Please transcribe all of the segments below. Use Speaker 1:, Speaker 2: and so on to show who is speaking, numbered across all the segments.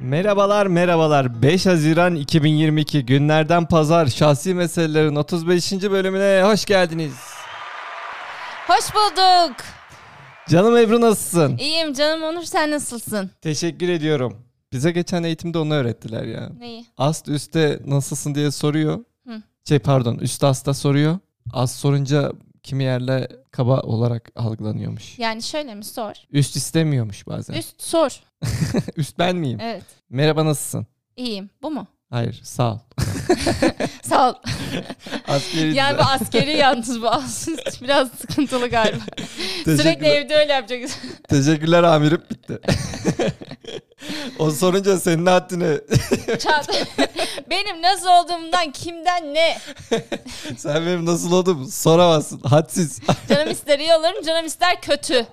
Speaker 1: Merhabalar merhabalar 5 Haziran 2022 günlerden pazar şahsi meselelerin 35. bölümüne hoş geldiniz.
Speaker 2: Hoş bulduk.
Speaker 1: Canım Ebru nasılsın?
Speaker 2: İyiyim canım Onur sen nasılsın?
Speaker 1: Teşekkür ediyorum. Bize geçen eğitimde onu öğrettiler ya.
Speaker 2: Neyi?
Speaker 1: Ast üste nasılsın diye soruyor.
Speaker 2: Hı.
Speaker 1: Şey pardon üst asta soruyor. Ast sorunca kimi yerle kaba olarak algılanıyormuş.
Speaker 2: Yani şöyle mi sor?
Speaker 1: Üst istemiyormuş bazen. Üst,
Speaker 2: Üst sor.
Speaker 1: ben miyim?
Speaker 2: Evet.
Speaker 1: Merhaba nasılsın?
Speaker 2: İyiyim. Bu mu?
Speaker 1: Hayır sağ ol.
Speaker 2: Sağ ol.
Speaker 1: Askeri
Speaker 2: Yani bu askeri yalnız bu aslında biraz sıkıntılı galiba. Sürekli
Speaker 1: Teşekkürler.
Speaker 2: evde öyle yapacak.
Speaker 1: Teşekkürler amirim bitti. o sorunca senin haddini
Speaker 2: Çağat- Benim nasıl olduğumdan kimden ne?
Speaker 1: sen benim nasıl oldum soramazsın. Hadsiz.
Speaker 2: Canım ister iyi olurum canım ister kötü.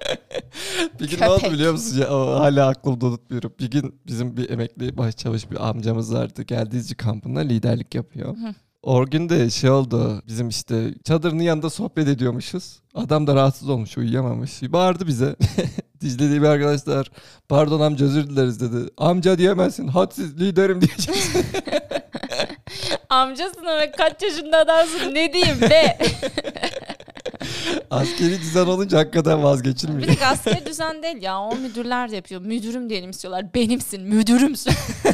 Speaker 1: Bir gün ne
Speaker 2: Köpek.
Speaker 1: oldu biliyor musun? Ya, o hala aklımda unutmuyorum. Bir gün bizim bir emekli başçavuş bir amcamız vardı. Geldiğince kampında liderlik yapıyor. O gün de şey oldu. Bizim işte çadırın yanında sohbet ediyormuşuz. Adam da rahatsız olmuş uyuyamamış. Bir Bağırdı bize. Dicle diye bir arkadaşlar pardon amca özür dileriz dedi. Amca diyemezsin hadsiz liderim diyeceksin.
Speaker 2: Amcasın ama kaç yaşında adamsın ne diyeyim be.
Speaker 1: Askeri düzen olunca hakikaten vazgeçilmiyor.
Speaker 2: Bir de askeri düzen değil ya. O müdürler de yapıyor. Müdürüm diyelim istiyorlar. Benimsin, müdürümsün.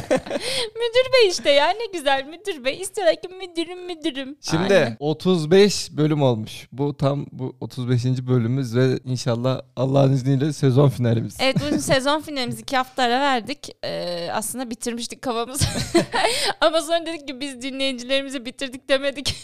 Speaker 2: müdür bey işte ya ne güzel müdür bey. İstiyorlar ki müdürüm müdürüm.
Speaker 1: Şimdi
Speaker 2: Aynen.
Speaker 1: 35 bölüm olmuş. Bu tam bu 35. bölümümüz ve inşallah Allah'ın izniyle sezon finalimiz.
Speaker 2: Evet bugün sezon finalimizi iki hafta ara verdik. Ee, aslında bitirmiştik kafamızı. Ama sonra dedik ki biz dinleyicilerimizi bitirdik demedik.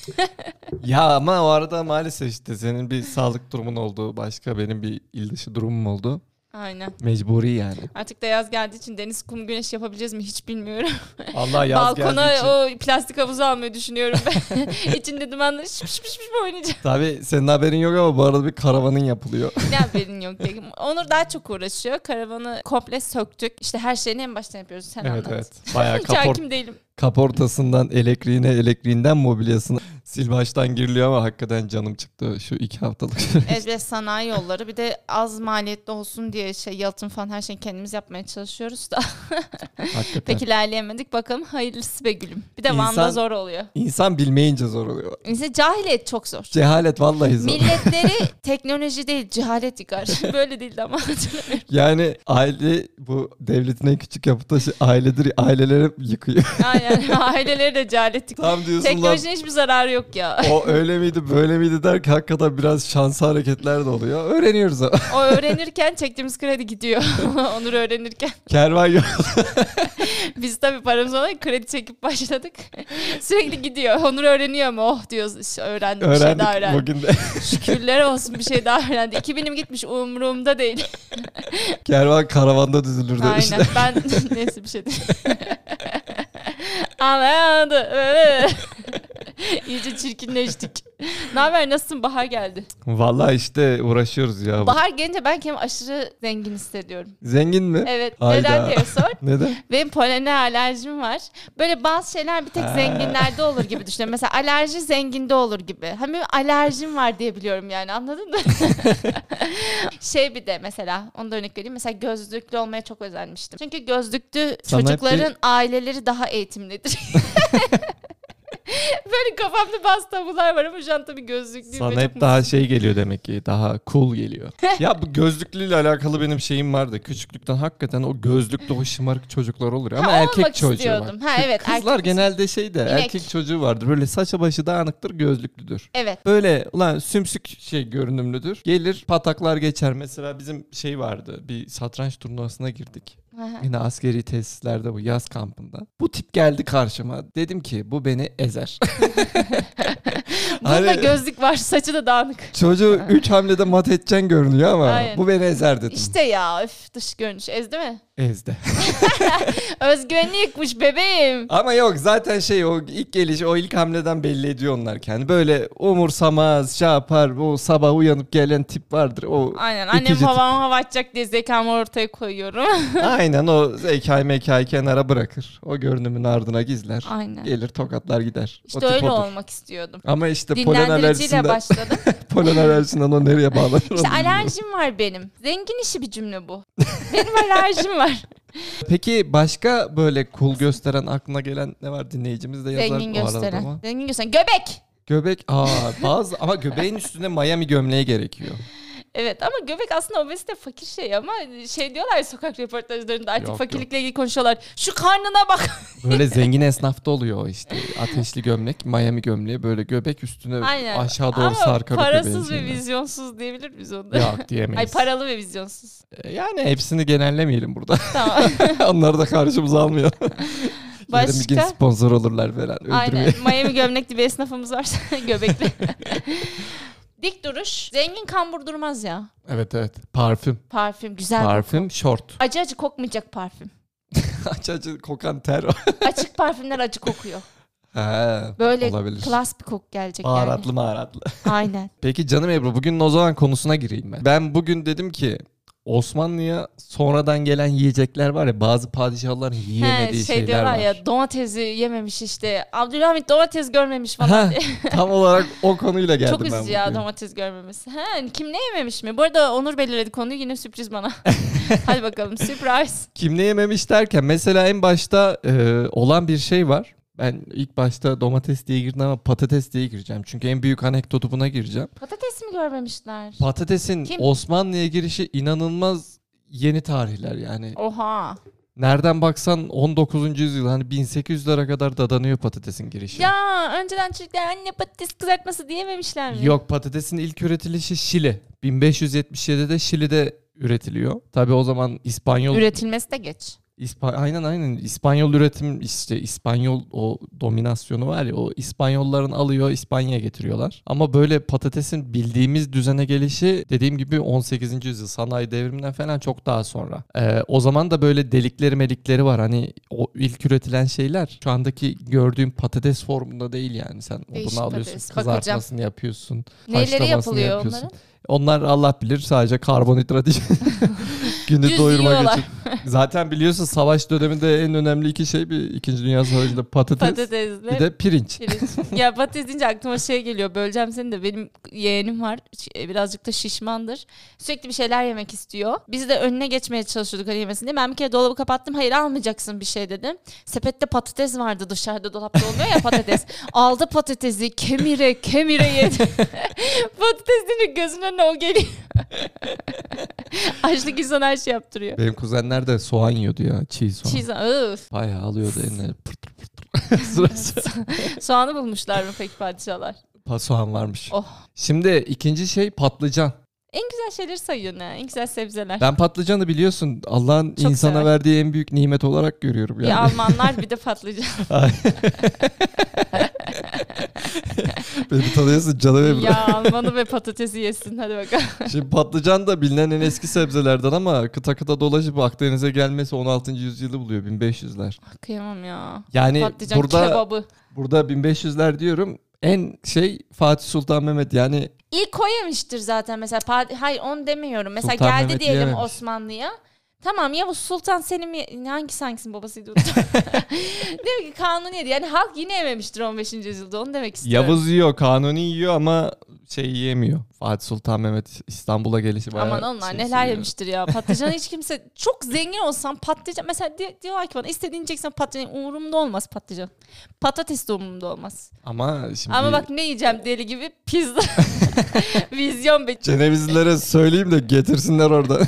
Speaker 1: Ya ama o arada maalesef işte senin bir sağlık durumun oldu. Başka benim bir il dışı durumum oldu.
Speaker 2: Aynen.
Speaker 1: Mecburi yani.
Speaker 2: Artık da yaz geldiği için deniz, kum, güneş yapabileceğiz mi hiç bilmiyorum.
Speaker 1: Allah yaz geldiği için.
Speaker 2: Balkona o plastik havuzu almayı düşünüyorum ben. İçinde dumanla şıp şıp şıp şıp oynayacağım.
Speaker 1: Tabii senin haberin yok ama bu arada bir karavanın yapılıyor.
Speaker 2: Ne haberin yok dedim. Onur daha çok uğraşıyor. Karavanı komple söktük. İşte her şeyini en baştan yapıyoruz. Sen
Speaker 1: evet
Speaker 2: anlat.
Speaker 1: evet. Bayağı
Speaker 2: Hiç
Speaker 1: kapor,
Speaker 2: hakim değilim.
Speaker 1: kaportasından elektriğine, elektriğinden mobilyasına. Sil baştan giriliyor ama hakikaten canım çıktı şu iki haftalık.
Speaker 2: Ezbe sanayi yolları. Bir de az maliyetli olsun diye şey yalıtım falan her şeyi kendimiz yapmaya çalışıyoruz da.
Speaker 1: hakikaten.
Speaker 2: Pek ilerleyemedik. Bakalım hayırlısı be gülüm. Bir de
Speaker 1: İnsan-
Speaker 2: Van'da zor oluyor.
Speaker 1: İnsan bilmeyince zor oluyor.
Speaker 2: İşte cahiliyet çok zor.
Speaker 1: Cehalet vallahi zor.
Speaker 2: Milletleri teknoloji değil cehalet yıkar. Böyle değildi ama.
Speaker 1: Yani aile bu devletin en küçük yapı taşı ailedir. Aileleri yıkıyor.
Speaker 2: Aynen aileleri de cehalet yıkar.
Speaker 1: Tam diyorsun lan
Speaker 2: Teknolojinin hiçbir zararı yok ya.
Speaker 1: o öyle miydi böyle miydi der ki hakikaten biraz şanslı hareketler de oluyor. Öğreniyoruz ama.
Speaker 2: O öğrenirken çektiğimiz kredi gidiyor. Onur öğrenirken.
Speaker 1: Kervan yok.
Speaker 2: Biz tabii paramız olan kredi çekip başladık. Sürekli gidiyor. Onur öğreniyor mu? Oh diyoruz. İşte öğrendim bir şey daha
Speaker 1: Öğrendik
Speaker 2: öğrendim.
Speaker 1: bugün de.
Speaker 2: Şükürler olsun bir şey daha öğrendi. 2000'im gitmiş umurumda değil.
Speaker 1: Kervan karavanda düzülür demişler.
Speaker 2: Aynen ben neyse bir şey değil. Anladı. Ee. İyice çirkinleştik. Ne haber nasılsın? Bahar geldi.
Speaker 1: Vallahi işte uğraşıyoruz ya.
Speaker 2: Bahar gelince ben kendimi aşırı zengin hissediyorum.
Speaker 1: Zengin mi?
Speaker 2: Evet.
Speaker 1: Hayda.
Speaker 2: Neden diye sor.
Speaker 1: Neden?
Speaker 2: Benim polene alerjim var. Böyle bazı şeyler bir tek
Speaker 1: Ha.
Speaker 2: zenginlerde olur gibi düşünüyorum. Mesela alerji zenginde olur gibi. Hani benim alerjim var diye biliyorum yani anladın mı? şey bir de mesela onu da örnek vereyim. Mesela gözlüklü olmaya çok özenmiştim. Çünkü gözlüklü
Speaker 1: Sana hep
Speaker 2: çocukların aileleri daha eğitimlidir. Böyle kafamda bazı tabular var ama şu an tabii gözlüklüyüm. ve
Speaker 1: Sana
Speaker 2: çok
Speaker 1: hep daha şey geliyor demek ki. Daha cool geliyor. ya bu gözlüklüyle alakalı benim şeyim vardı. Küçüklükten hakikaten o gözlüklü o şımarık çocuklar olur. ya. Ama
Speaker 2: Ha,
Speaker 1: erkek
Speaker 2: olmak
Speaker 1: çocuğu var.
Speaker 2: istiyordum. Ha, evet,
Speaker 1: Kızlar
Speaker 2: erkek-
Speaker 1: genelde şey de erkek çocuğu vardır. Böyle saça başı dağınıktır gözlüklüdür.
Speaker 2: Evet.
Speaker 1: Böyle ulan sümsük şey görünümlüdür. Gelir pataklar geçer. Mesela bizim şey vardı. Bir satranç turnuvasına girdik. Yine askeri tesislerde bu yaz kampında. Bu tip geldi karşıma. Dedim ki bu beni ezer.
Speaker 2: Bunda
Speaker 1: Hani-
Speaker 2: gözlük var saçı da dağınık.
Speaker 1: Çocuğu 3 hamlede mat edeceksin görünüyor ama
Speaker 2: Aynen.
Speaker 1: bu beni ezer dedim.
Speaker 2: İşte ya öf dış görünüş ezdi mi?
Speaker 1: Ezdi.
Speaker 2: Özgüvenli yıkmış bebeğim.
Speaker 1: ama yok zaten şey o ilk geliş o ilk hamleden belli ediyor onlar kendi. Böyle umursamaz şey yapar bu sabah uyanıp gelen tip vardır. O
Speaker 2: Aynen
Speaker 1: itici
Speaker 2: annem
Speaker 1: tip.
Speaker 2: havam hava atacak diye zekamı ortaya koyuyorum.
Speaker 1: Aynen o zekayı mekayı kenara bırakır. O görünümün ardına gizler.
Speaker 2: Aynen.
Speaker 1: Gelir tokatlar gider. O
Speaker 2: İşte
Speaker 1: tip
Speaker 2: öyle
Speaker 1: odur.
Speaker 2: olmak istiyordum.
Speaker 1: Ama işte polen
Speaker 2: Dinlendiriciyle
Speaker 1: alerjisinden,
Speaker 2: başladım.
Speaker 1: polen alerjisinden o nereye bağlanır? onu
Speaker 2: İşte
Speaker 1: bilmiyorum.
Speaker 2: alerjim var benim. Zengin işi bir cümle bu. Benim alerjim var.
Speaker 1: Peki başka böyle cool gösteren aklına gelen ne var dinleyicimiz de yazar
Speaker 2: Zengin
Speaker 1: bu arada
Speaker 2: gösteren.
Speaker 1: ama.
Speaker 2: Zengin gösteren. Göbek.
Speaker 1: Göbek aa bazı ama göbeğin üstüne Miami gömleği gerekiyor.
Speaker 2: Evet ama göbek aslında obezite fakir şey ama şey diyorlar ya sokak röportajlarında artık
Speaker 1: Yok,
Speaker 2: fakirlikle ilgili konuşuyorlar. Şu karnına bak.
Speaker 1: Böyle zengin esnafta oluyor o işte. Ateşli gömlek, Miami gömleği böyle göbek üstüne
Speaker 2: Aynen.
Speaker 1: aşağı doğru
Speaker 2: ama
Speaker 1: sarkar. o göbeğin
Speaker 2: parasız ve
Speaker 1: içine.
Speaker 2: vizyonsuz diyebilir miyiz onda?
Speaker 1: Yok diyemeyiz. E,
Speaker 2: Ay paralı ve vizyonsuz.
Speaker 1: Yani hepsini genellemeyelim burada.
Speaker 2: Tamam.
Speaker 1: Onları da karşımıza almayalım. Yarın bir gün
Speaker 2: Başka?
Speaker 1: sponsor olurlar falan.
Speaker 2: Aynen.
Speaker 1: Öldürmeye.
Speaker 2: Miami gömlekli bir esnafımız var göbekli. Dik duruş. Zengin kambur durmaz ya.
Speaker 1: Evet evet. Parfüm.
Speaker 2: Parfüm güzel.
Speaker 1: Parfüm şort.
Speaker 2: Acı acı kokmayacak parfüm.
Speaker 1: Aç acı kokan ter.
Speaker 2: Açık parfümler acı kokuyor.
Speaker 1: ha,
Speaker 2: Böyle
Speaker 1: olabilir.
Speaker 2: klas bir koku gelecek
Speaker 1: Baharatlı maharatlı.
Speaker 2: yani. Aynen.
Speaker 1: Peki canım Ebru bugünün o zaman konusuna gireyim ben. Ben bugün dedim ki Osmanlı'ya sonradan gelen yiyecekler var ya bazı padişahların yiyemediği
Speaker 2: He, şey
Speaker 1: şeyler
Speaker 2: diyorlar
Speaker 1: var.
Speaker 2: ya domatesi yememiş işte. Abdülhamit domates görmemiş falan.
Speaker 1: Ha, tam olarak o konuyla geldim
Speaker 2: Çok
Speaker 1: ben
Speaker 2: üzücü ya
Speaker 1: bugün.
Speaker 2: domates görmemesi. He, kim ne yememiş mi? Bu arada Onur belirledi konuyu yine sürpriz bana. Hadi bakalım sürpriz.
Speaker 1: Kim ne yememiş derken mesela en başta e, olan bir şey var. Ben ilk başta domates diye girdim ama patates diye gireceğim. Çünkü en büyük anekdotu buna gireceğim.
Speaker 2: Patates mi görmemişler?
Speaker 1: Patatesin
Speaker 2: Kim?
Speaker 1: Osmanlı'ya girişi inanılmaz yeni tarihler yani.
Speaker 2: Oha.
Speaker 1: Nereden baksan 19. yüzyıl hani 1800'lere kadar dadanıyor patatesin girişi.
Speaker 2: Ya önceden çocuklar anne patates kızartması diyememişler mi?
Speaker 1: Yok patatesin ilk üretilişi Şili. 1577'de Şili'de üretiliyor. Tabii o zaman İspanyol
Speaker 2: Üretilmesi de geç.
Speaker 1: İspa- aynen aynen İspanyol üretim işte İspanyol o dominasyonu var ya o İspanyolların alıyor İspanya'ya getiriyorlar. Ama böyle patatesin bildiğimiz düzene gelişi dediğim gibi 18. yüzyıl sanayi devriminden falan çok daha sonra. Ee, o zaman da böyle delikleri melikleri var hani o ilk üretilen şeyler şu andaki gördüğüm patates formunda değil yani sen
Speaker 2: Değişik
Speaker 1: bunu alıyorsun
Speaker 2: patates. Bakacağım.
Speaker 1: kızartmasını yapıyorsun.
Speaker 2: Neleri
Speaker 1: haşlamasını
Speaker 2: yapılıyor
Speaker 1: yapıyorsun.
Speaker 2: onların?
Speaker 1: Onlar Allah bilir sadece karbonhidrat için günü
Speaker 2: Düz
Speaker 1: doyurmak
Speaker 2: yiyorlar.
Speaker 1: için. Zaten biliyorsun savaş döneminde en önemli iki şey bir İkinci Dünya Savaşı'nda patates,
Speaker 2: Patatesle.
Speaker 1: bir de pirinç.
Speaker 2: Pirinç. ya patates deyince aklıma şey geliyor. Böleceğim seni de benim yeğenim var. Ş- e, Birazcık da şişmandır. Sürekli bir şeyler yemek istiyor. Biz de önüne geçmeye çalışıyorduk hani yemesin diye. Ben bir kere dolabı kapattım. Hayır almayacaksın bir şey dedim. Sepette patates vardı dışarıda dolapta olmuyor ya patates. Aldı patatesi kemire kemire yedi. patates deyince gözünün önüne o geliyor. Açlık insan her şey yaptırıyor.
Speaker 1: Benim kuzenler de soğan yiyordu ya çiğ soğan.
Speaker 2: Cheese, öf.
Speaker 1: Bayağı alıyordu eline pırtır pırtır. Sırası.
Speaker 2: Soğanı bulmuşlar mı peki padişahlar?
Speaker 1: Pa- soğan varmış.
Speaker 2: Oh.
Speaker 1: Şimdi ikinci şey patlıcan.
Speaker 2: En güzel şeyleri sayıyorsun ha. En güzel sebzeler.
Speaker 1: Ben patlıcanı biliyorsun Allah'ın
Speaker 2: Çok
Speaker 1: insana
Speaker 2: sever.
Speaker 1: verdiği en büyük nimet olarak görüyorum yani.
Speaker 2: Bir Almanlar bir de patlıcan.
Speaker 1: Beni tanıyorsun canım Ebru.
Speaker 2: ya Almanı ve patatesi yesin hadi bakalım.
Speaker 1: Şimdi patlıcan da bilinen en eski sebzelerden ama kıta kıta dolaşıp Akdeniz'e gelmesi 16. yüzyılı buluyor 1500'ler.
Speaker 2: Kıyamam ya.
Speaker 1: Yani
Speaker 2: patlıcan
Speaker 1: Hani burada
Speaker 2: kebabı.
Speaker 1: burada 1500'ler diyorum. En şey Fatih Sultan Mehmet yani
Speaker 2: İlk o yemiştir zaten mesela. pa- Hayır onu demiyorum. Mesela
Speaker 1: Sultan
Speaker 2: geldi
Speaker 1: Mehmet
Speaker 2: diyelim
Speaker 1: yememiş.
Speaker 2: Osmanlı'ya. Tamam Yavuz Sultan Selim ye- hangisi hangisinin babasıydı? unuttum. demek ki kanuniydi. Yani halk yine yememiştir 15. yüzyılda onu demek istiyorum.
Speaker 1: Yavuz yiyor, Kanuni yiyor ama şey yiyemiyor. Fatih Sultan Mehmet İstanbul'a gelişi bayağı
Speaker 2: Aman onlar
Speaker 1: şey
Speaker 2: neler
Speaker 1: sürüyor.
Speaker 2: yemiştir ya. Patlıcan hiç kimse çok zengin olsam patlıcan mesela di- diyorlar ki bana istediğini yiyeceksen patlıcan umurumda olmaz patlıcan. Patates de umurumda olmaz.
Speaker 1: Ama şimdi
Speaker 2: Ama bak ne yiyeceğim deli gibi pizza. Vizyon be.
Speaker 1: Cenevizlilere söyleyeyim de getirsinler orada.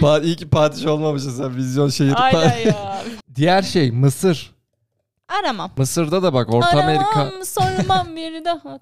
Speaker 1: Pa- İyi ki padişah olmamışsın sen vizyon şehir.
Speaker 2: Aynen ya.
Speaker 1: Diğer şey Mısır.
Speaker 2: Aramam.
Speaker 1: Mısır'da da bak Orta Amerika
Speaker 2: Aramam sormam bir daha. Tamam.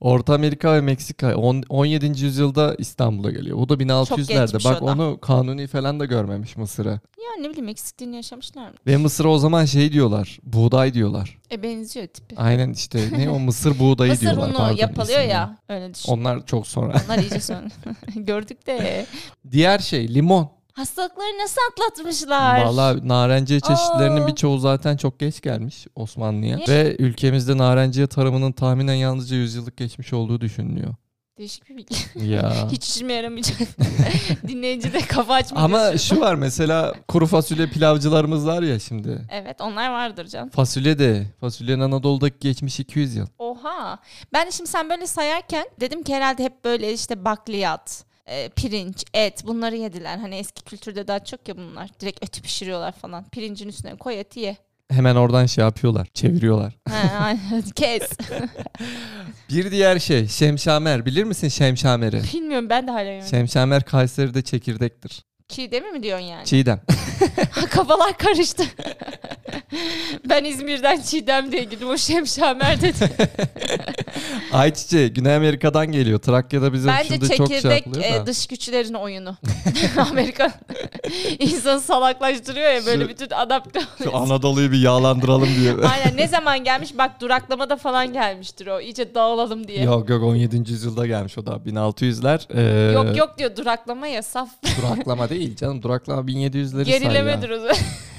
Speaker 1: Orta Amerika ve Meksika on- 17. yüzyılda İstanbul'a geliyor. Bu da
Speaker 2: Çok
Speaker 1: 1600'lerde.
Speaker 2: geçmiş
Speaker 1: Bak
Speaker 2: o da.
Speaker 1: onu Kanuni falan da görmemiş Mısır'ı.
Speaker 2: Yani ne bileyim eksikliğini yaşamışlar mı?
Speaker 1: Ve Mısır'a o zaman şey diyorlar. Buğday diyorlar.
Speaker 2: E benziyor tipi.
Speaker 1: Aynen işte ne o Mısır buğdayı
Speaker 2: Mısır
Speaker 1: diyorlar. pardon
Speaker 2: unu yapılıyor
Speaker 1: ismini.
Speaker 2: ya. Öyle düşün.
Speaker 1: Onlar çok sonra.
Speaker 2: Onlar iyice sonra. Gördük de.
Speaker 1: Diğer şey limon.
Speaker 2: Hastalıkları nasıl atlatmışlar?
Speaker 1: Valla narenciye çeşitlerinin
Speaker 2: Aa.
Speaker 1: birçoğu zaten çok geç gelmiş Osmanlı'ya.
Speaker 2: Ne?
Speaker 1: Ve ülkemizde narenciye tarımının tahminen yalnızca 100 yıllık geçmiş olduğu düşünülüyor.
Speaker 2: Değişik bir bilgi.
Speaker 1: ya.
Speaker 2: Hiç işime yaramayacak. Dinleyici de kafa açmıyor.
Speaker 1: Ama şu var mesela kuru fasulye pilavcılarımız var ya şimdi.
Speaker 2: Evet onlar vardır can.
Speaker 1: Fasulye de. Fasulyenin Anadolu'daki geçmiş 200 yıl.
Speaker 2: Oha. Ben şimdi sen böyle sayarken dedim ki herhalde hep böyle işte bakliyat, e, pirinç, et bunları yediler. Hani eski kültürde daha çok ya bunlar. Direkt eti pişiriyorlar falan. Pirincin üstüne koy eti ye.
Speaker 1: Hemen oradan şey yapıyorlar. Çeviriyorlar.
Speaker 2: Ha, aynen. Kes.
Speaker 1: Bir diğer şey şemşamer. Bilir misin şemşameri?
Speaker 2: Bilmiyorum ben de hala yemedim.
Speaker 1: Şemşamer Kayseri'de çekirdektir.
Speaker 2: Çiğdemi mi diyorsun yani?
Speaker 1: Çiğdem.
Speaker 2: Ha, Kafalar karıştı. ben İzmir'den Çiğdem diye girdim. O Şemşamer dedi.
Speaker 1: Ayçiçeği Güney Amerika'dan geliyor. Trakya'da bizim
Speaker 2: Bence
Speaker 1: şimdi çok şey
Speaker 2: çekirdek
Speaker 1: yapılıyor
Speaker 2: e,
Speaker 1: da.
Speaker 2: dış güçlerin oyunu. Amerika insanı salaklaştırıyor ya böyle
Speaker 1: Şu-
Speaker 2: bütün adapte
Speaker 1: Şu Anadolu'yu bir yağlandıralım diye.
Speaker 2: Aynen ne zaman gelmiş bak duraklamada falan gelmiştir o. İyice dağılalım diye. Yok
Speaker 1: yok yok 17. yüzyılda gelmiş o da 1600'ler. Ee,
Speaker 2: yok, diyor duraklama ya saf.
Speaker 1: Duraklama değil canım. Duraklama 1700'leri say ya.
Speaker 2: Gerilemedir o zaman.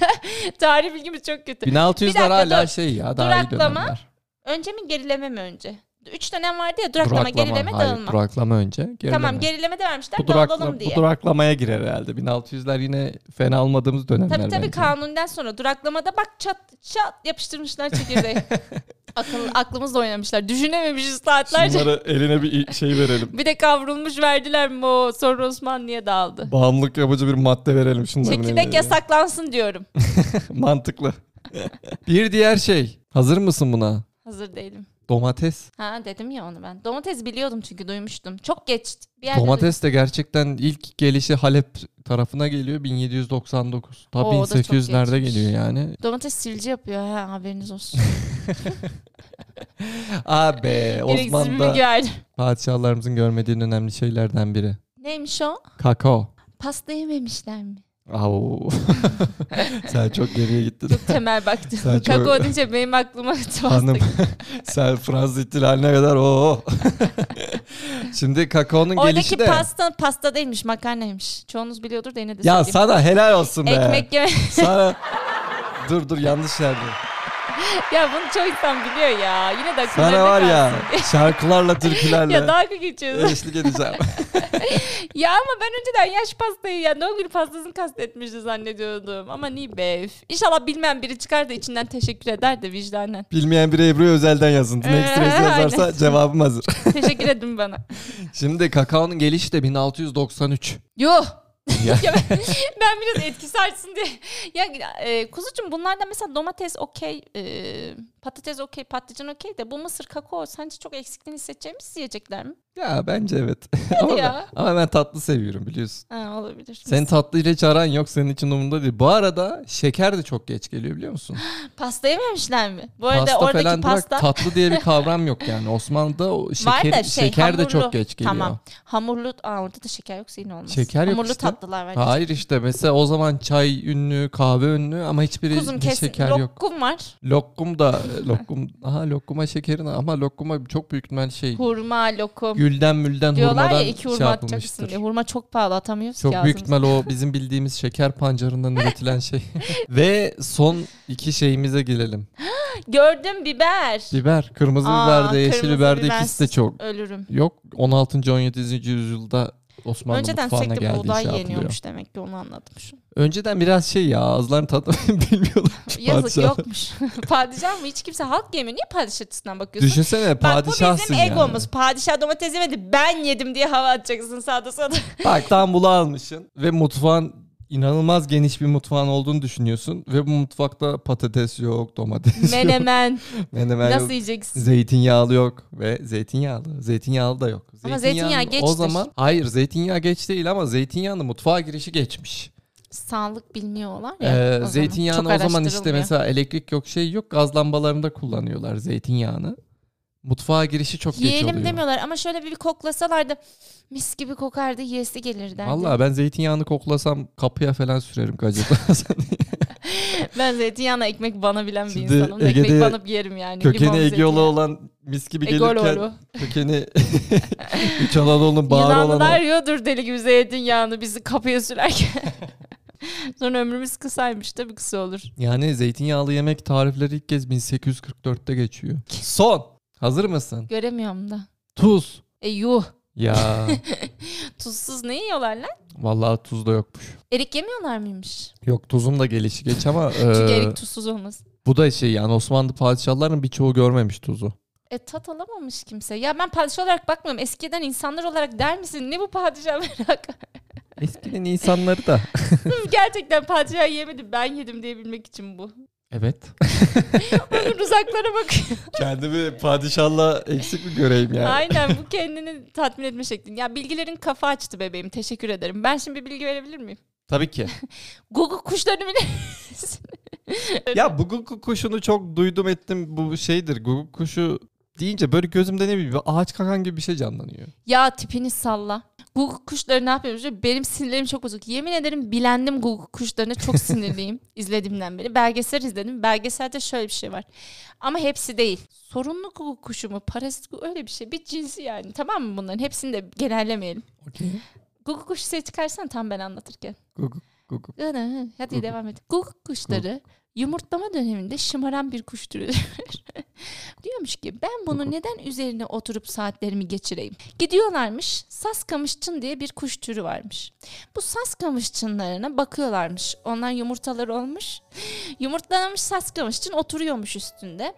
Speaker 2: Tarih bilgimiz çok kötü.
Speaker 1: 1600'ler
Speaker 2: dakika,
Speaker 1: hala
Speaker 2: dur.
Speaker 1: şey ya daha iyi
Speaker 2: Duraklama,
Speaker 1: dönemler.
Speaker 2: Önce mi gerileme mi önce? Üç dönem vardı ya duraklama, gerileme
Speaker 1: hayır,
Speaker 2: dağılma.
Speaker 1: Duraklama önce. Gerileme.
Speaker 2: Tamam gerileme de vermişler
Speaker 1: bu,
Speaker 2: dağılalım
Speaker 1: durakla,
Speaker 2: diye.
Speaker 1: bu duraklamaya girer herhalde. 1600'ler yine fena almadığımız dönemler
Speaker 2: Tabii tabii
Speaker 1: bence.
Speaker 2: kanundan sonra duraklamada bak çat çat yapıştırmışlar çekirdeği. Akıl, aklımızla oynamışlar. Düşünememişiz saatlerce.
Speaker 1: Şunları eline bir şey verelim.
Speaker 2: Bir de kavrulmuş verdiler mi o sonra Osmanlı'ya dağıldı.
Speaker 1: Bağımlılık yapıcı bir madde verelim şunların
Speaker 2: Çekirdek
Speaker 1: eline.
Speaker 2: yasaklansın diyorum.
Speaker 1: Mantıklı. bir diğer şey. Hazır mısın buna?
Speaker 2: Hazır değilim.
Speaker 1: Domates.
Speaker 2: Ha dedim ya onu ben. Domates biliyordum çünkü duymuştum. Çok geç. Bir yerde duydum.
Speaker 1: Domates de gerçekten ilk gelişi Halep tarafına geliyor 1799. Ta
Speaker 2: Oo, o da çok
Speaker 1: 1800'lerde
Speaker 2: geçmiş.
Speaker 1: geliyor yani.
Speaker 2: Domates silici yapıyor ha haberiniz olsun.
Speaker 1: Abi
Speaker 2: Gereksiz bir bilgi
Speaker 1: Osmanlı'da
Speaker 2: verdim.
Speaker 1: Ah padişahlarımızın görmediği en önemli şeylerden biri.
Speaker 2: Neymiş o?
Speaker 1: Kakao.
Speaker 2: Pasta yememişler mi?
Speaker 1: Au. Sen çok geriye gittin.
Speaker 2: Çok temel baktım.
Speaker 1: Sen çok-
Speaker 2: Kakao deyince benim aklıma
Speaker 1: Hanım
Speaker 2: pasta
Speaker 1: sen Fransız ihtilaline kadar o. Şimdi kakaonun
Speaker 2: Oradaki
Speaker 1: gelişi de.
Speaker 2: pasta pasta değilmiş makarnaymış. Çoğunuz biliyordur da yine de
Speaker 1: Ya
Speaker 2: söyleyeyim.
Speaker 1: sana helal olsun be.
Speaker 2: Ekmek yeme.
Speaker 1: Sana... dur dur yanlış yerde.
Speaker 2: ya bunu çoğu insan biliyor ya. Yine de akıllarında
Speaker 1: Sana var ya
Speaker 2: kalsın.
Speaker 1: şarkılarla türkülerle.
Speaker 2: ya dalga geçiyorsun.
Speaker 1: eşlik edeceğim.
Speaker 2: ya ama ben önceden yaş pastayı ya doğum günü pastasını kastetmişti zannediyordum. Ama ni be. üf. İnşallah bilmeyen biri çıkar da içinden teşekkür eder de vicdanen.
Speaker 1: Bilmeyen biri Ebru'ya özelden yazın. Next
Speaker 2: Ee,
Speaker 1: Race yazarsa
Speaker 2: aynen.
Speaker 1: cevabım hazır.
Speaker 2: teşekkür edin bana.
Speaker 1: Şimdi kakaonun gelişi de 1693.
Speaker 2: Yuh.
Speaker 1: Ya.
Speaker 2: Ya ben, ben biraz etkisi artsın diye. Ya e, kuzucuğum bunlardan mesela domates okey, e, patates okey, patlıcan okey de bu mısır kakao sence çok eksikliğini hissedeceğimiz yiyecekler mi?
Speaker 1: Ya bence evet. ama,
Speaker 2: ya.
Speaker 1: Ben, ama ben tatlı seviyorum biliyorsun.
Speaker 2: Ha, olabilir.
Speaker 1: Senin tatlıyla hiç aran yok. Senin için umurunda değil. Bu arada şeker de çok geç geliyor biliyor musun?
Speaker 2: Pasta yememişler mi? Bu arada
Speaker 1: pasta
Speaker 2: oradaki
Speaker 1: falan bırak.
Speaker 2: pasta
Speaker 1: Tatlı diye bir kavram yok yani. Osmanlı'da o
Speaker 2: var
Speaker 1: şeker,
Speaker 2: da şey
Speaker 1: şeker de
Speaker 2: hamurlu.
Speaker 1: çok geç geliyor.
Speaker 2: Tamam. Hamurlu aa, orada da şeker yoksa yine olmaz.
Speaker 1: Şeker yok
Speaker 2: Hamurlu
Speaker 1: işte.
Speaker 2: tatlılar var.
Speaker 1: Hayır işte mesela o zaman çay ünlü, kahve ünlü ama hiçbiri
Speaker 2: Kuzum
Speaker 1: bir
Speaker 2: kesin
Speaker 1: şeker yok.
Speaker 2: lokum var.
Speaker 1: Lokum da lokum aha lokuma şekerin ama lokuma çok büyük ihtimal şey
Speaker 2: Hurma, lokum.
Speaker 1: gülden mülden
Speaker 2: Diyorlar
Speaker 1: hurmadan
Speaker 2: ya iki
Speaker 1: şey
Speaker 2: hurma atacaksın
Speaker 1: yapılmıştır.
Speaker 2: diye. Hurma çok pahalı atamıyoruz ki
Speaker 1: Çok büyük
Speaker 2: ağzımıza.
Speaker 1: ihtimal o bizim bildiğimiz şeker pancarından üretilen şey. Ve son iki şeyimize gelelim.
Speaker 2: Gördüm biber.
Speaker 1: Biber. Kırmızı
Speaker 2: Aa,
Speaker 1: biber de yeşil
Speaker 2: kırmızı
Speaker 1: biber de
Speaker 2: biber.
Speaker 1: ikisi de çok.
Speaker 2: Ölürüm.
Speaker 1: Yok 16. 17. yüzyılda Osmanlı
Speaker 2: Önceden
Speaker 1: mutfağına
Speaker 2: sürekli
Speaker 1: geldiği
Speaker 2: buğday
Speaker 1: şey yapılıyor.
Speaker 2: yeniyormuş demek ki onu anladım şu. an.
Speaker 1: Önceden biraz şey ya ağızlarını tatlamayı bilmiyorlar.
Speaker 2: Yazık
Speaker 1: Padişah.
Speaker 2: yokmuş. padişah mı? Hiç kimse halk yemiyor. Niye padişah açısından bakıyorsun?
Speaker 1: Düşünsene
Speaker 2: Bak bu
Speaker 1: padişahsın
Speaker 2: bizim
Speaker 1: yani.
Speaker 2: egomuz. Padişah domates yemedi. Ben yedim diye hava atacaksın sağda sağda.
Speaker 1: Bak tambulu almışsın ve mutfağın inanılmaz geniş bir mutfağın olduğunu düşünüyorsun ve bu mutfakta patates yok, domates yok,
Speaker 2: Menemen.
Speaker 1: menemen
Speaker 2: Nasıl
Speaker 1: yok.
Speaker 2: yiyeceksin?
Speaker 1: Zeytinyağlı yok ve zeytinyağlı. Zeytinyağlı da yok.
Speaker 2: Ama
Speaker 1: Zeytinyağının
Speaker 2: zeytinyağı geçtir.
Speaker 1: O zaman hayır zeytinyağı geç değil ama zeytinyağının mutfağa girişi geçmiş.
Speaker 2: Sağlık bilmiyorlar ya. o
Speaker 1: Ee,
Speaker 2: zaman.
Speaker 1: zeytinyağını
Speaker 2: Çok
Speaker 1: o zaman işte
Speaker 2: araştırılmıyor.
Speaker 1: mesela elektrik yok şey yok gaz lambalarında kullanıyorlar zeytinyağını. Mutfağa girişi çok geç
Speaker 2: Yiyelim
Speaker 1: oluyor.
Speaker 2: demiyorlar ama şöyle bir koklasalardı mis gibi kokardı yiyesi gelir derdi.
Speaker 1: Valla ben zeytinyağını koklasam kapıya falan sürerim gacıda. Sen
Speaker 2: Ben zeytinyağına ekmek banabilen bir
Speaker 1: Şimdi
Speaker 2: insanım.
Speaker 1: Ege'de
Speaker 2: ekmek banıp yerim yani.
Speaker 1: Kökeni
Speaker 2: Limon,
Speaker 1: Egeolu
Speaker 2: zeytinyağı.
Speaker 1: olan mis gibi
Speaker 2: Egololu.
Speaker 1: gelirken kökeni üç Anadolu'nun bağrı olan
Speaker 2: Yunanlılar
Speaker 1: o.
Speaker 2: yiyordur deli gibi zeytinyağını bizi kapıya sürerken. Sonra ömrümüz kısaymış tabii kısa olur.
Speaker 1: Yani zeytinyağlı yemek tarifleri ilk kez 1844'te geçiyor. Son. Hazır mısın?
Speaker 2: Göremiyorum da.
Speaker 1: Tuz.
Speaker 2: E yuh.
Speaker 1: Ya
Speaker 2: Tuzsuz ne yiyorlar lan?
Speaker 1: vallahi tuz da yokmuş.
Speaker 2: Erik yemiyorlar mıymış?
Speaker 1: Yok tuzun da gelişi geç ama
Speaker 2: Çünkü
Speaker 1: e,
Speaker 2: erik tuzsuz olmaz.
Speaker 1: bu da şey yani Osmanlı padişahlarının birçoğu görmemiş tuzu.
Speaker 2: E tat alamamış kimse. Ya ben padişah olarak bakmıyorum. Eskiden insanlar olarak der misin? Ne bu padişah merak?
Speaker 1: Eskiden insanları da.
Speaker 2: Gerçekten padişah yemedim ben yedim diyebilmek için bu.
Speaker 1: Evet.
Speaker 2: Onun uzaklara bakıyor.
Speaker 1: Kendimi padişahla eksik mi göreyim yani?
Speaker 2: Aynen bu kendini tatmin etme şeklin. Ya bilgilerin kafa açtı bebeğim. Teşekkür ederim. Ben şimdi bir bilgi verebilir miyim?
Speaker 1: Tabii ki.
Speaker 2: Google kuşlarını bile...
Speaker 1: Ya bu guguk kuşunu çok duydum ettim. Bu şeydir guguk kuşu deyince böyle gözümde ne bileyim bir ağaç kakan gibi bir şey canlanıyor.
Speaker 2: ya tipini salla. Google kuşları ne yapıyormuş? Benim sinirlerim çok bozuk. Yemin ederim bilendim Google kuşlarına çok sinirliyim izlediğimden beri. Belgesel izledim. Belgeselde şöyle bir şey var. Ama hepsi değil. Sorunlu Google kuşu mu? Parazit ku- öyle bir şey. Bir cinsi yani. Tamam mı bunların? Hepsini de genellemeyelim.
Speaker 1: Okey.
Speaker 2: Google kuşu ses çıkarsan tam ben anlatırken.
Speaker 1: Guguk guguk.
Speaker 2: Hı hı. Hadi
Speaker 1: Guguk.
Speaker 2: devam et. Guguk kuşları yumurtlama döneminde şımaran bir kuş türüdür. Diyormuş ki ben bunu
Speaker 1: Guguk.
Speaker 2: neden üzerine oturup saatlerimi geçireyim? Gidiyorlarmış saskamışçın diye bir kuş türü varmış. Bu saskamışçınlarına bakıyorlarmış. Onlar yumurtaları olmuş. Yumurtlanmış saskamışçın oturuyormuş üstünde.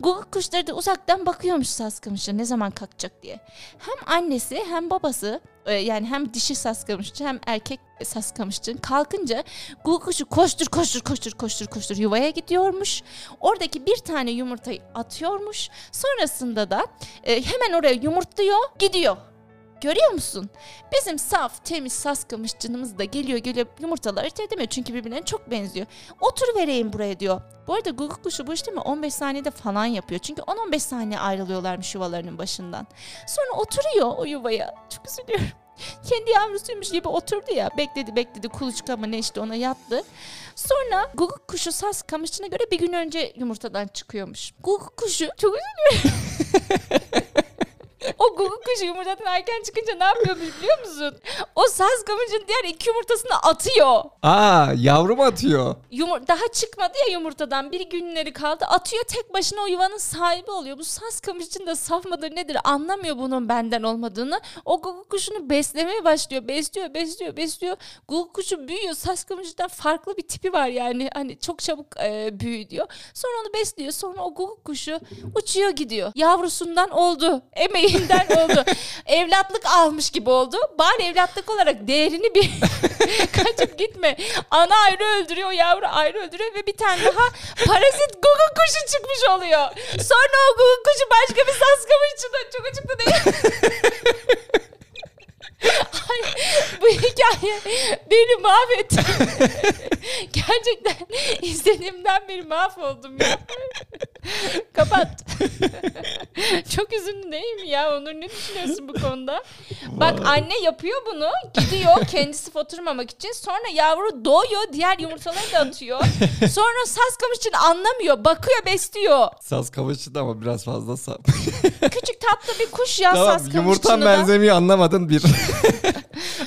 Speaker 2: Guguk kuşları da uzaktan bakıyormuş saskamışça ne zaman kalkacak diye. Hem annesi hem babası e, yani hem dişi saskamışçı hem erkek saskamışçın kalkınca Guguk kuşu koştur koştur koştur koştur koştur yuvaya gidiyormuş. Oradaki bir tane yumurtayı atıyormuş. Sonrasında da e, hemen oraya yumurtluyor gidiyor. Görüyor musun? Bizim saf, temiz, saskamışçınımız da geliyor geliyor yumurtaları tedemiyor. Çünkü birbirlerine çok benziyor. Otur vereyim buraya diyor. Bu arada guguk kuşu bu işlemi 15 saniyede falan yapıyor. Çünkü 10-15 saniye ayrılıyorlarmış yuvalarının başından. Sonra oturuyor o yuvaya. Çok üzülüyorum. Kendi yavrusuymuş gibi oturdu ya. Bekledi bekledi kuluçka mı ne işte ona yattı. Sonra guguk kuşu sas kamışçına göre bir gün önce yumurtadan çıkıyormuş. Guguk kuşu çok üzülüyorum. o guguk kuşu yumurtadan erken çıkınca ne yapıyormuş biliyor musun? O saz kamışın diğer iki yumurtasını atıyor.
Speaker 1: Aa yavrum atıyor.
Speaker 2: Yumur daha çıkmadı ya yumurtadan bir günleri kaldı atıyor tek başına o yuvanın sahibi oluyor. Bu saz kamışın da saf mıdır nedir anlamıyor bunun benden olmadığını. O guguk kuşunu beslemeye başlıyor besliyor besliyor besliyor. Guguk kuşu büyüyor saz kamışından farklı bir tipi var yani hani çok çabuk e, büyüyor. Sonra onu besliyor sonra o guguk kuşu uçuyor gidiyor. Yavrusundan oldu emeğinden oldu evlatlık almış gibi oldu. Bari evlatlık olarak değerini bir kaçıp gitme. Ana ayrı öldürüyor, yavru ayrı öldürüyor ve bir tane daha parazit guguk kuşu çıkmış oluyor. Sonra o guguk kuşu başka bir saskamış içinden çok açıkta değil. Ay, bu hikaye beni mahvetti. Gerçekten izlediğimden beri mahvoldum ya. Kapat. Çok üzüldüm değil mi ya? Onur ne düşünüyorsun bu konuda? Bak anne yapıyor bunu. Gidiyor kendisi oturmamak için. Sonra yavru doğuyor. Diğer yumurtaları da atıyor. Sonra saskamış için anlamıyor. Bakıyor besliyor.
Speaker 1: Saz kavaşı da ama biraz fazla sap.
Speaker 2: Küçük tatlı bir kuş ya
Speaker 1: tamam
Speaker 2: saskamış
Speaker 1: yumurtan
Speaker 2: içini da.
Speaker 1: benzemiyor anlamadın bir.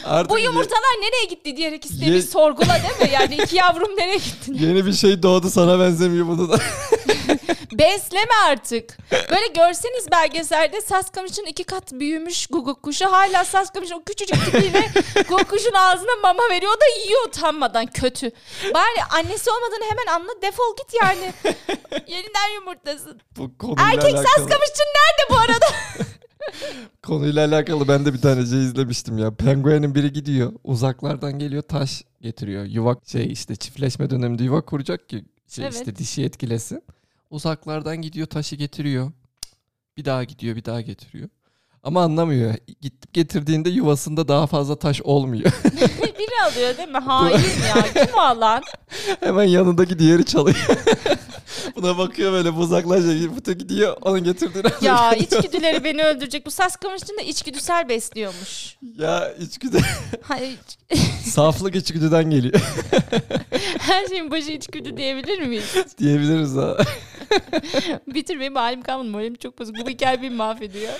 Speaker 1: Artık
Speaker 2: Bu yumurtalar nereye gitti diğer ikisi de
Speaker 1: Ye-
Speaker 2: bir sorgula değil mi? Yani iki yavrum nereye gitti?
Speaker 1: ye- yeni bir şey doğdu sana benzemiyor bunu da.
Speaker 2: Besleme artık. Böyle görseniz belgeselde Saskamış'ın iki kat büyümüş guguk kuşu. Hala Saskamış o küçücük tipiyle guguk kuşun ağzına mama veriyor da yiyor utanmadan. Kötü. Bari annesi olmadığını hemen anla defol git yani. Yeniden yumurtlasın.
Speaker 1: Bu konuyla
Speaker 2: Erkek
Speaker 1: alakalı.
Speaker 2: Saskamış'ın nerede bu arada?
Speaker 1: Konuyla alakalı ben de bir tane şey izlemiştim ya. Penguenin biri gidiyor. Uzaklardan geliyor taş getiriyor. Yuva şey işte çiftleşme döneminde yuva kuracak ki şey
Speaker 2: Evet.
Speaker 1: işte dişi etkilesin. Uzaklardan gidiyor taşı getiriyor. Cık, Bir daha gidiyor bir daha getiriyor. Ama anlamıyor. Gidip getirdiğinde yuvasında daha fazla taş olmuyor.
Speaker 2: Biri alıyor değil mi? Hain ya. Kim o alan?
Speaker 1: Hemen yanındaki diğeri çalıyor. Buna bakıyor böyle uzaklaşıyor. Bu da gidiyor onun getirdiğini
Speaker 2: Ya
Speaker 1: alıyor.
Speaker 2: içgüdüleri beni öldürecek. Bu Saskamış'ın da içgüdüsel besliyormuş.
Speaker 1: ya içgüdü.
Speaker 2: Hayır,
Speaker 1: Saflık içgüdüden geliyor
Speaker 2: her şeyin başı içgüdü diyebilir miyiz?
Speaker 1: diyebiliriz ha.
Speaker 2: Bitir benim halim kalmadı. Moralim çok bozuk. Bu hikaye beni mahvediyor.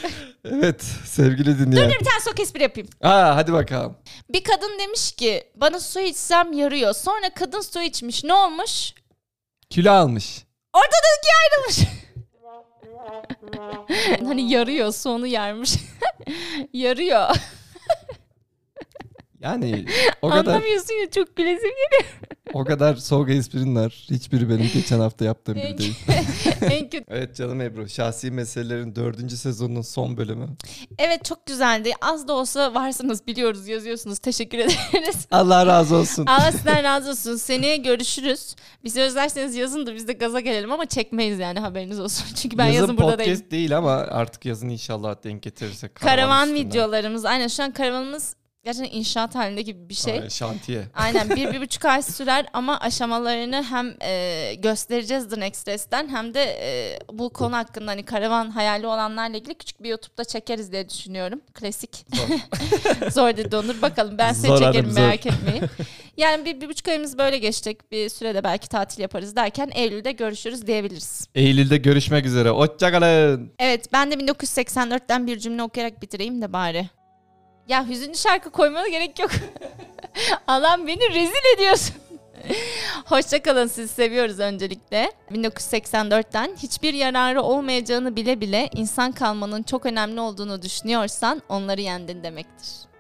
Speaker 1: Evet sevgili dinleyen.
Speaker 2: Dur bir tane sok espri yapayım.
Speaker 1: Aa hadi bakalım.
Speaker 2: Bir kadın demiş ki bana su içsem yarıyor. Sonra kadın su içmiş. Ne olmuş?
Speaker 1: Kilo almış.
Speaker 2: Ortadan ikiye ayrılmış. hani yarıyor sonu yarmış. Yarıyor.
Speaker 1: Yani o kadar
Speaker 2: Anlamıyorsun ya çok gülesim.
Speaker 1: o kadar soğuk esprinler hiçbiri benim geçen hafta yaptığım gibi değil.
Speaker 2: en kötü.
Speaker 1: Evet canım Ebru şahsi meselelerin dördüncü sezonunun son bölümü.
Speaker 2: Evet çok güzeldi. Az da olsa varsınız biliyoruz yazıyorsunuz. Teşekkür ederiz.
Speaker 1: Allah razı olsun.
Speaker 2: Allah sizden razı olsun. Seneye görüşürüz. Bizi özlerseniz yazın da biz de gaza gelelim ama çekmeyiz yani haberiniz olsun. Çünkü ben yazın, burada
Speaker 1: podcast
Speaker 2: değilim.
Speaker 1: değil ama artık yazın inşallah denk getirirsek.
Speaker 2: Karavan
Speaker 1: üstünden.
Speaker 2: videolarımız. Aynen şu an karavanımız gerçekten inşaat halinde gibi bir şey.
Speaker 1: Ay, şantiye.
Speaker 2: Aynen bir, bir buçuk ay sürer ama aşamalarını hem e, göstereceğiz The Next Race'den hem de e, bu konu hakkında hani karavan hayali olanlarla ilgili küçük bir YouTube'da çekeriz diye düşünüyorum. Klasik. Zor dedi Onur. Bakalım ben seni
Speaker 1: Zor
Speaker 2: çekerim
Speaker 1: hanım, zor.
Speaker 2: merak etmeyin. Yani bir, bir buçuk ayımız böyle geçecek. Bir sürede belki tatil yaparız derken Eylül'de görüşürüz diyebiliriz.
Speaker 1: Eylül'de görüşmek üzere. Hoşçakalın.
Speaker 2: Evet ben de 1984'ten bir cümle okuyarak bitireyim de bari. Ya hüzünlü şarkı koymana gerek yok. Alan beni rezil ediyorsun. Hoşçakalın sizi seviyoruz öncelikle. 1984'ten hiçbir yararı olmayacağını bile bile insan kalmanın çok önemli olduğunu düşünüyorsan onları yendin demektir.